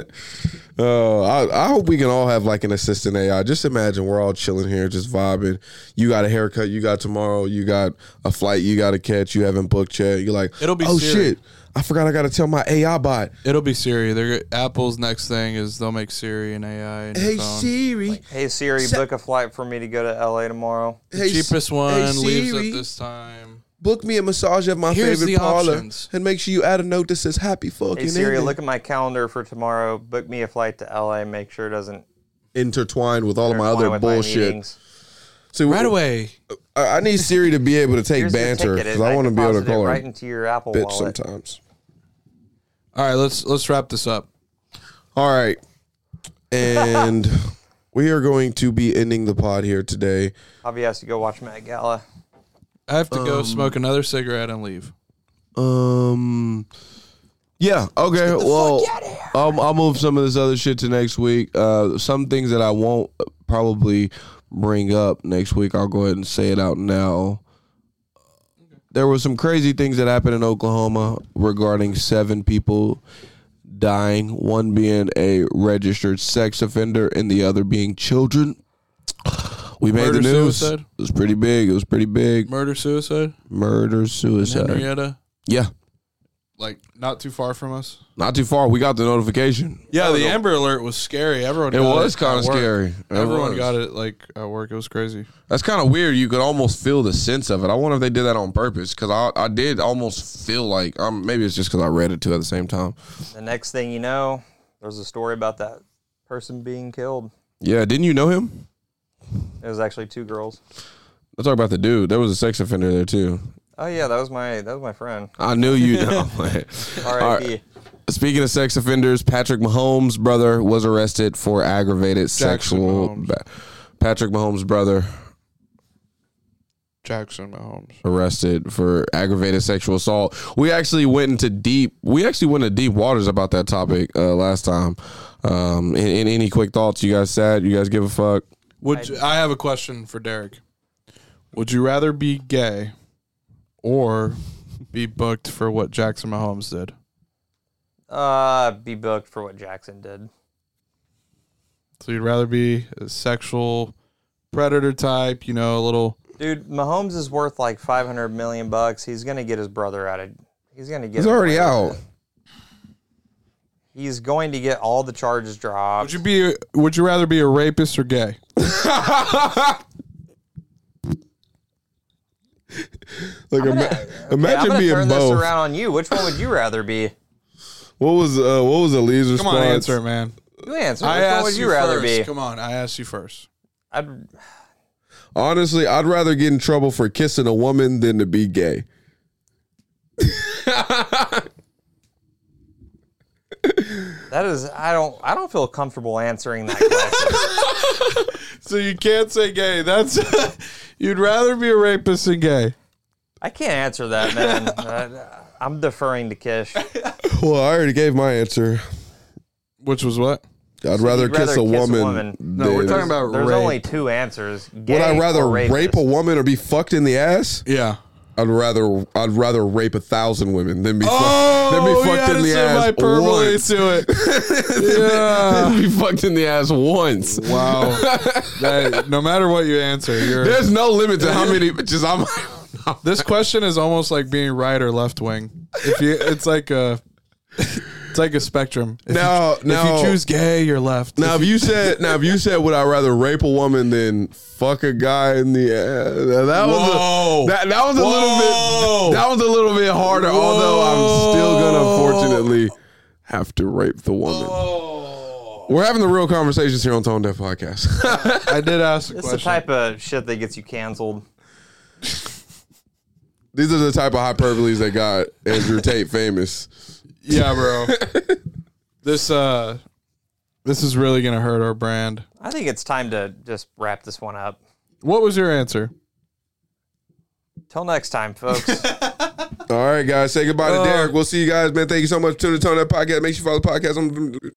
B: Oh, I, I hope we can all have like an assistant AI. Just imagine we're all chilling here, just vibing. You got a haircut, you got tomorrow, you got a flight, you got to catch, you haven't booked yet. You're like,
A: It'll be
B: oh
A: Siri.
B: shit, I forgot I got to tell my AI bot.
A: It'll be Siri. They're Apple's next thing is they'll make Siri and AI. And
B: Hey
A: your phone.
B: Siri,
D: Hey Siri, book a flight for me to go to LA tomorrow.
B: hey,
A: Cheapest one leaves
B: Siri.
A: at this time.
B: book me a massage at my
A: Here's
B: favorite
A: the
B: parlor,
A: options.
B: and make sure you add a note that says happy fucking.
D: Hey Siri,
B: ending."
D: look at my calendar for tomorrow. Book me a flight to LA. Make sure it doesn't
B: intertwined with all of my
D: intertwine
B: other
D: with my
B: bullshit.
D: meetings.
B: See,
A: Right away.
B: I, I need Siri to be able to take
D: Here's your
B: banter
D: ticket.
B: because I want to be able to
D: deposited
B: call her
D: right into your Apple
B: bitch
D: wallet.
B: sometimes.
A: All right, let's let's wrap this up.
B: All right. And we are going to be ending the pod here today.
D: I'll be asked to go watch Matt Gala.
A: I have to go smoke another cigarette and leave.
B: Um yeah, okay. Well, I'll, I'll move some of this other shit to next week. Uh, some things that I won't probably bring up next week, I'll go ahead and say it out now. There were some crazy things that happened in Oklahoma regarding seven people dying, one being a registered sex offender and the other being children. We made
A: Murder,
B: the news.
A: suicide?
B: It was pretty big. It was pretty big.
A: Murder suicide.
B: Murder, suicide.
A: Henrietta,
B: Yeah.
A: like not too far from us. Oh,
B: Not too far. We got the notification.
A: Yeah, the Amber Alert was scary. Everyone.
B: It
A: got
B: was kind
A: at
B: of
A: work.
B: scary. It
A: Everyone
B: was.
A: got it like at work. It was crazy.
B: That's kind of weird. You could almost feel the sense of it. I wonder if they did that on purpose because I, I did almost feel like um, maybe it's just because I read it too at the same time.
D: The next thing you know, there's a story about that person being killed.
B: Yeah, didn't you know him?
D: It was actually two girls.
B: Let's talk about the dude. There was a sex offender there too.
D: Oh yeah, that was my that was my friend.
B: I knew you. know.
D: R.I.P.
B: Speaking of sex offenders, Patrick Mahomes' brother was arrested for aggravated sexual.
A: Mahomes.
B: ba- Patrick Mahomes' brother
A: Jackson Mahomes.
B: arrested for aggravated sexual assault. We actually went into deep. We actually went into deep waters about that topic uh, last time. Um, and, and any quick thoughts? You guys sad? You guys give a fuck?
A: Would you- I, have a question for Derek? Would you rather be gay or be booked for what Jackson Mahomes did?
D: Uh, be booked for what Jackson did.
A: So you'd rather be a sexual predator type, you know, a little.
D: Dude, Mahomes is worth like 500 million bucks. He's gonna get his brother out of. He's gonna get.
B: He's
D: him
B: already
D: away with
B: out.
D: it. He's going to get all the charges
A: Would
D: dropped.
A: you be? Would you rather be a rapist or gay?
B: Like ima-
D: Yeah, I'm
B: imagine
D: gonna
B: being
D: turn this
B: both.
D: around on you. Which one would you rather be?
B: What was uh, what was Eli's
A: Come on,
B: response?
A: answer, it, man.
D: You answer. Which
A: I
D: one
A: asked
D: would you,
A: you
D: rather
A: first.
D: be?
A: Come on, I asked you first.
D: I'd,
B: Honestly, I'd rather get in trouble for kissing a woman than to be gay.
D: That is, I don't, I don't feel comfortable answering that question.
A: So you can't say gay. That's you'd rather be a rapist than gay.
D: I can't answer that, man. Uh, I'm deferring to Kish.
B: Well, I already gave my answer.
A: Which was what?
B: I'd rather,
D: you'd
B: kiss, a, woman
A: No, we're
B: than-
A: talking about
D: There's
A: rape.
D: only two answers.
B: Would I
D: gay
B: rather
D: or rapist.
B: rape a woman or be fucked in the ass?
A: yeah.
B: I'd rather I'd rather rape a thousand women than be fucked than
A: Oh,
B: be
A: you
B: fucked in
A: added
B: the
A: some
B: ass
A: hyperbole
B: once.
A: to it. yeah.
C: Be fucked in the ass once.
A: Wow. That- no matter what you answer, you're,
C: There's no limit to how many bitches I'm.
A: this question is almost like being right or left wing. If you, it's like a, it's like a spectrum. If
B: Now,
A: you,
B: now,
A: if you choose gay, you're left.
B: now, if you said, now, if you said, would I rather rape a woman than fuck a guy in the ass? Now, That
A: Whoa.
B: was a, that, that was a
A: Whoa.
B: little bit that was a little bit harder. Although I'm still gonna unfortunately have to rape the woman. We're having the real conversations here on Tone Deaf Podcast.
A: I did ask a
D: It's the
A: question.
D: type of shit that gets you canceled.
B: These are the type of hyperboles that got Andrew Tate famous.
A: yeah, bro. this uh, this is really gonna hurt our brand.
D: I think it's time to just wrap this one up.
A: What was your answer?
D: Till next time, folks.
B: All right, guys. Say goodbye to Derek. We'll see you guys, man. Thank you so much. Tune in to Tone Up Podcast. Make sure you follow the podcast. on